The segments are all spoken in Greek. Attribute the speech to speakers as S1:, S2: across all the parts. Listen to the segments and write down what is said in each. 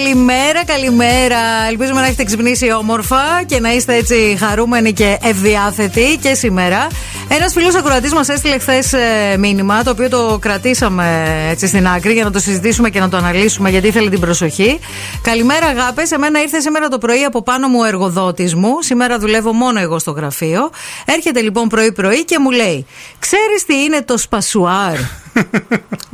S1: Καλημέρα, καλημέρα. Ελπίζουμε να έχετε ξυπνήσει όμορφα και να είστε έτσι χαρούμενοι και ευδιάθετοι και σήμερα. Ένας φίλος ακροατής μας έστειλε χθες μήνυμα, το οποίο το κρατήσαμε έτσι στην άκρη για να το συζητήσουμε και να το αναλύσουμε, γιατί ήθελε την προσοχή. Καλημέρα, αγάπες. Εμένα ήρθε σήμερα το πρωί από πάνω μου ο εργοδότης μου. Σήμερα δουλεύω μόνο εγώ στο γραφείο. Έρχεται λοιπόν πρωί-πρωί και μου λέει: Ξέρεις τι είναι το σπασουάρ.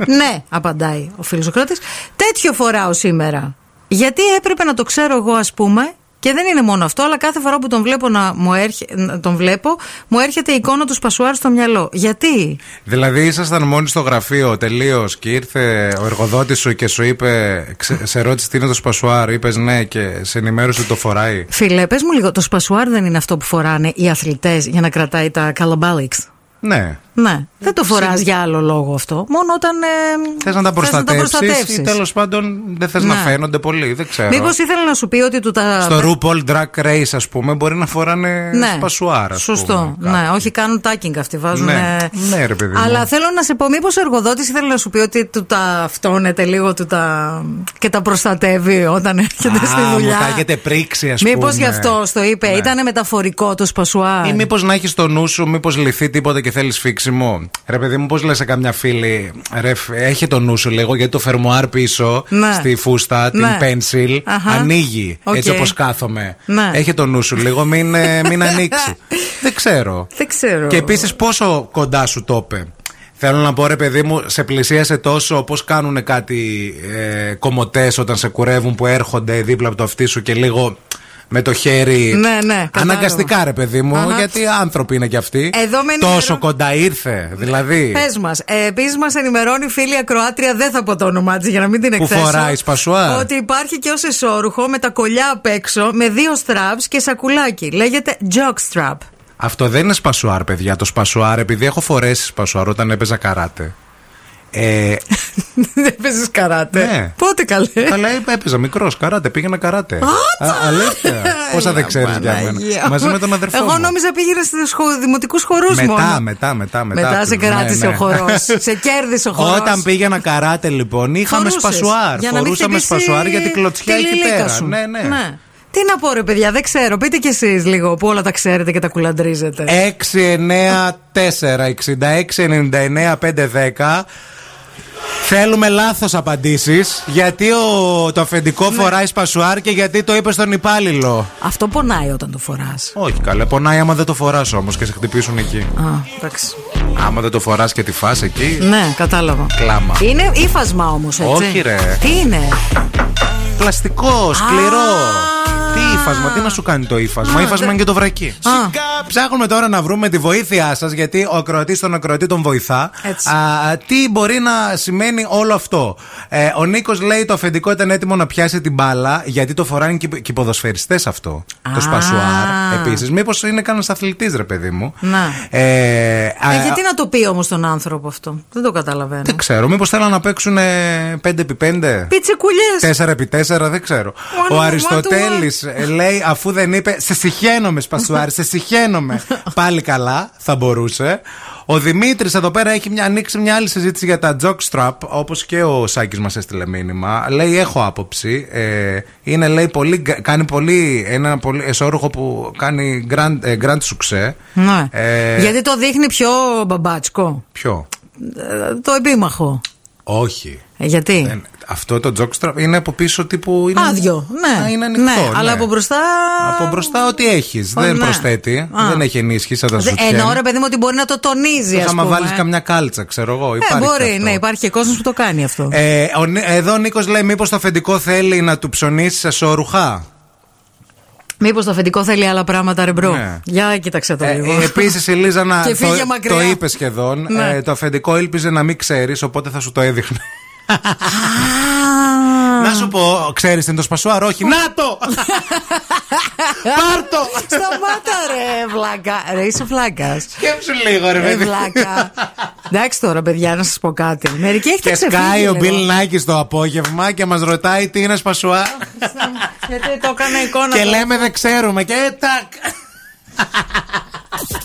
S1: ναι, απαντάει ο φίλος Σοκράτη. Τέτοιο φοράω σήμερα. Γιατί έπρεπε να το ξέρω εγώ, ας πούμε, και δεν είναι μόνο αυτό, αλλά κάθε φορά που τον βλέπω, να μου, έρχε, να τον βλέπω, μου έρχεται η εικόνα του Σπασουάρ στο μυαλό. Γιατί?
S2: Δηλαδή ήσασταν μόνοι στο γραφείο τελείως και ήρθε ο εργοδότης σου και σου είπε, ξε, σε ρώτησε τι είναι το Σπασουάρ, είπες ναι και σε ενημέρωσε ότι το φοράει.
S1: Φίλε, πες μου λίγο, το Σπασουάρ δεν είναι αυτό που φοράνε οι αθλητές για να κρατάει τα καλαμπάλιξ.
S2: Ναι.
S1: Ναι. Δεν το φοράς για άλλο λόγο αυτό. Μόνο όταν. Ε,
S2: θες να τα προστατεύσει. Ή τέλος πάντων δεν θες
S1: Ναι.
S2: να. να φαίνονται πολύ. Δεν ξέρω.
S1: Μήπως ήθελα να σου πει ότι του τα.
S2: Στο RuPaul Drag Race, ας πούμε, μπορεί να φοράνε ναι. σπασουάρα.
S1: Σωστό. Πούμε, ναι, όχι κάνουν τάκινγκ αυτοί. Βάζουν.
S2: Ναι, ναι ρε παιδί.
S1: Αλλά θέλω να σε πω, μήπως ο εργοδότης ήθελε να σου πει ότι του τα αυτόνεται λίγο του τα... και τα προστατεύει όταν έρχεται στη δουλειά.
S2: Μου έχετε πρίξει, ας πούμε.
S1: Μήπως γι' αυτό το είπε. Ναι. Ήταν μεταφορικό το σπασουάρ.
S2: Ή μήπως να έχεις στο νου σου, μήπως λυθεί τίποτα και θέλεις φίξιμο. Ρε παιδί μου, πώς λες σε καμιά φίλη, ρε, έχει το νου σου λίγο, γιατί το φερμοάρ πίσω ναι. στη φούστα, την ναι. pencil, Αχα. ανοίγει. Okay. Έτσι όπως κάθομαι. Ναι. Έχει το νου σου λίγο, μην, ε, μην ανοίξει. Δεν ξέρω.
S1: Δεν ξέρω.
S2: Και επίσης πόσο κοντά σου το είπε. Θέλω να πω ρε παιδί μου, σε πλησίασε τόσο όπω κάνουν κάτι ε, κομμωτές όταν σε κουρεύουν που έρχονται δίπλα από το αυτί σου και λίγο με το χέρι.
S1: Ναι, ναι.
S2: Αναγκαστικά, ρε παιδί μου, Αχα. γιατί άνθρωποι είναι κι αυτοί.
S1: Εδώ με
S2: ενημερών... Τόσο κοντά ήρθε, δηλαδή.
S1: Πες μας. Ε, Επίσης, μας ενημερώνει φίλη Ακροάτρια, δεν θα πω το όνομά της για να μην την εκθέσω.
S2: Που φοράει σπασουά.
S1: Ότι υπάρχει και ως εσόρουχο με τα κολλιά απ' έξω, με δύο straps και σακουλάκι. Λέγεται jog strap.
S2: Αυτό δεν είναι σπασουάρ, παιδιά. Το σπασουάρ, επειδή έχω φορέσει σπασουάρ όταν έπαιζα καράτε.
S1: Ε... Δεν παίζεις καράτε.
S2: Ναι.
S1: Πότε καλέ.
S2: Καλά, έπαιζα μικρός καράτε. Πήγαινα καράτε. Αλήθεια. Πόσα δεν ξέρεις για μένα. Μαζί με τον αδερφό.
S1: Εγώ νόμιζα πήγαινα στου δημοτικούς χορούς
S2: μόνο. Μετά, μετά, μετά.
S1: Μετά σε κράτησε ο χορός. Σε κέρδισε ο χορός.
S2: Όταν πήγαινα καράτε, λοιπόν, είχαμε σπασουάρ. Φορούσαμε σπασουάρ για την κλωτσιά εκεί πέρα. Ναι, ναι.
S1: Τι να πω ρε παιδιά, δεν ξέρω. Πείτε κι εσείς λίγο που όλα τα ξέρετε και τα κουλαντρίζετε.
S2: Ε. 6, 9, 4, 66, 99, 5, 10. Θέλουμε λάθος απαντήσεις. Γιατί ο, το αφεντικό ναι. φοράει σπασουάρ και γιατί το είπε στον υπάλληλο.
S1: Αυτό πονάει όταν το φοράς.
S2: Όχι, καλά. Πονάει άμα δεν το φοράς όμως και σε χτυπήσουν εκεί.
S1: Α, εντάξει.
S2: Άμα δεν το φοράς και τη φά εκεί.
S1: Ναι, κατάλαβα.
S2: Κλάμα.
S1: Είναι ύφασμα όμως, έτσι.
S2: Όχι, ρε.
S1: Τι είναι.
S2: Πλαστικό, σκληρό. Α, τι ύφασμα, τι να σου κάνει το ύφασμα. Α, ύφασμα είναι και το βρακί.
S1: Α.
S2: Ψάχνουμε τώρα να βρούμε τη βοήθειά σας, γιατί ο ακροατής τον ακροατή τον βοηθά.
S1: Έτσι.
S2: Α, τι μπορεί να σημαίνει όλο αυτό. Ε, ο Νίκος λέει το αφεντικό ήταν έτοιμο να πιάσει την μπάλα, γιατί το φοράνε και, και οι ποδοσφαιριστές αυτό. Το σπασουάρ επίσης. Μήπως είναι κανένας αθλητής, ρε παιδί μου.
S1: Να.
S2: Ε,
S1: Ναι. ε, γιατί να το πει όμως τον άνθρωπο αυτό. Δεν το καταλαβαίνω.
S2: Δεν ξέρω. Μήπως θέλουν να παίξουν 5x5.
S1: Πιτσεκουλιέ.
S2: 4x4, δεν ξέρω.
S1: One
S2: ο Αριστοτέλης λέει, αφού δεν είπε, σε συχαίνομαι, Σπασουάρη, σε συχαίνομαι. Πάλι καλά, θα μπορούσε. Ο Δημήτρης εδώ πέρα έχει μια, ανοίξει μια άλλη συζήτηση για τα jockstrap, όπως και ο Σάκης μας έστειλε μήνυμα. Λέει: Έχω άποψη. Ε, είναι, λέει, πολύ, κάνει πολύ, ένα πολύ εσόρουχο που κάνει grand, ε, grand success.
S1: Ναι. Ε, Γιατί το δείχνει πιο μπαμπάτσκο.
S2: Ποιο.
S1: Ε, το επίμαχο. Ε,
S2: Όχι.
S1: Γιατί.
S2: Δεν, Ε, αυτό το jockstrap είναι από πίσω τύπου. Ναι. Είναι,
S1: Άδειο. Ναι.
S2: Α, είναι ανοιχτό.
S1: Ναι, ναι. Αλλά από μπροστά.
S2: Από μπροστά ό,τι έχεις. Δεν
S1: ναι. Ε,
S2: προσθέτει. Α. Δεν έχει ενίσχυση. Θα σου
S1: Ενώ ρε παιδί μου ότι μπορεί να το τονίζει.
S2: Θα
S1: μα
S2: βάλεις καμιά κάλτσα, ξέρω εγώ.
S1: Ε,
S2: υπάρχει
S1: μπορεί,
S2: αυτό.
S1: ναι, υπάρχει και κόσμος που το κάνει αυτό.
S2: Ε, ο, εδώ ο Νίκος λέει: Μήπως το αφεντικό θέλει να του ψωνίσει σε σόρουχα.
S1: Μήπως το αφεντικό θέλει άλλα πράγματα, ρεμπρό. Ναι. Για κοίταξε το λίγο.
S2: Ε, Επίσης η Λίζα να.
S1: και φύγε
S2: το,
S1: μακριά. Ναι.
S2: το είπε σχεδόν. Ε, το αφεντικό ήλπιζε να μην ξέρεις, οπότε θα σου το έδειχνε. Να σου πω, ξέρεις τι είναι το σπασουάρ, όχι. Να το! Πάρτο!
S1: Σταμάτα ρε, βλάκα. Ρε, είσαι βλάκας.
S2: Σκέψου λίγο, ρε,
S1: Ρε,
S2: παιδί.
S1: Ε, βλάκα. Εντάξει τώρα, παιδιά, να σας πω κάτι. Μερικοί έχετε
S2: Και
S1: ξεφύγει.
S2: σκάει ο
S1: λίγο.
S2: Μπιλ Νάκη το απόγευμα και μας ρωτάει τι είναι σπασουάρ.
S1: Γιατί το έκανα εικόνα.
S2: Και
S1: τώρα.
S2: λέμε δεν ξέρουμε. Και τάκ.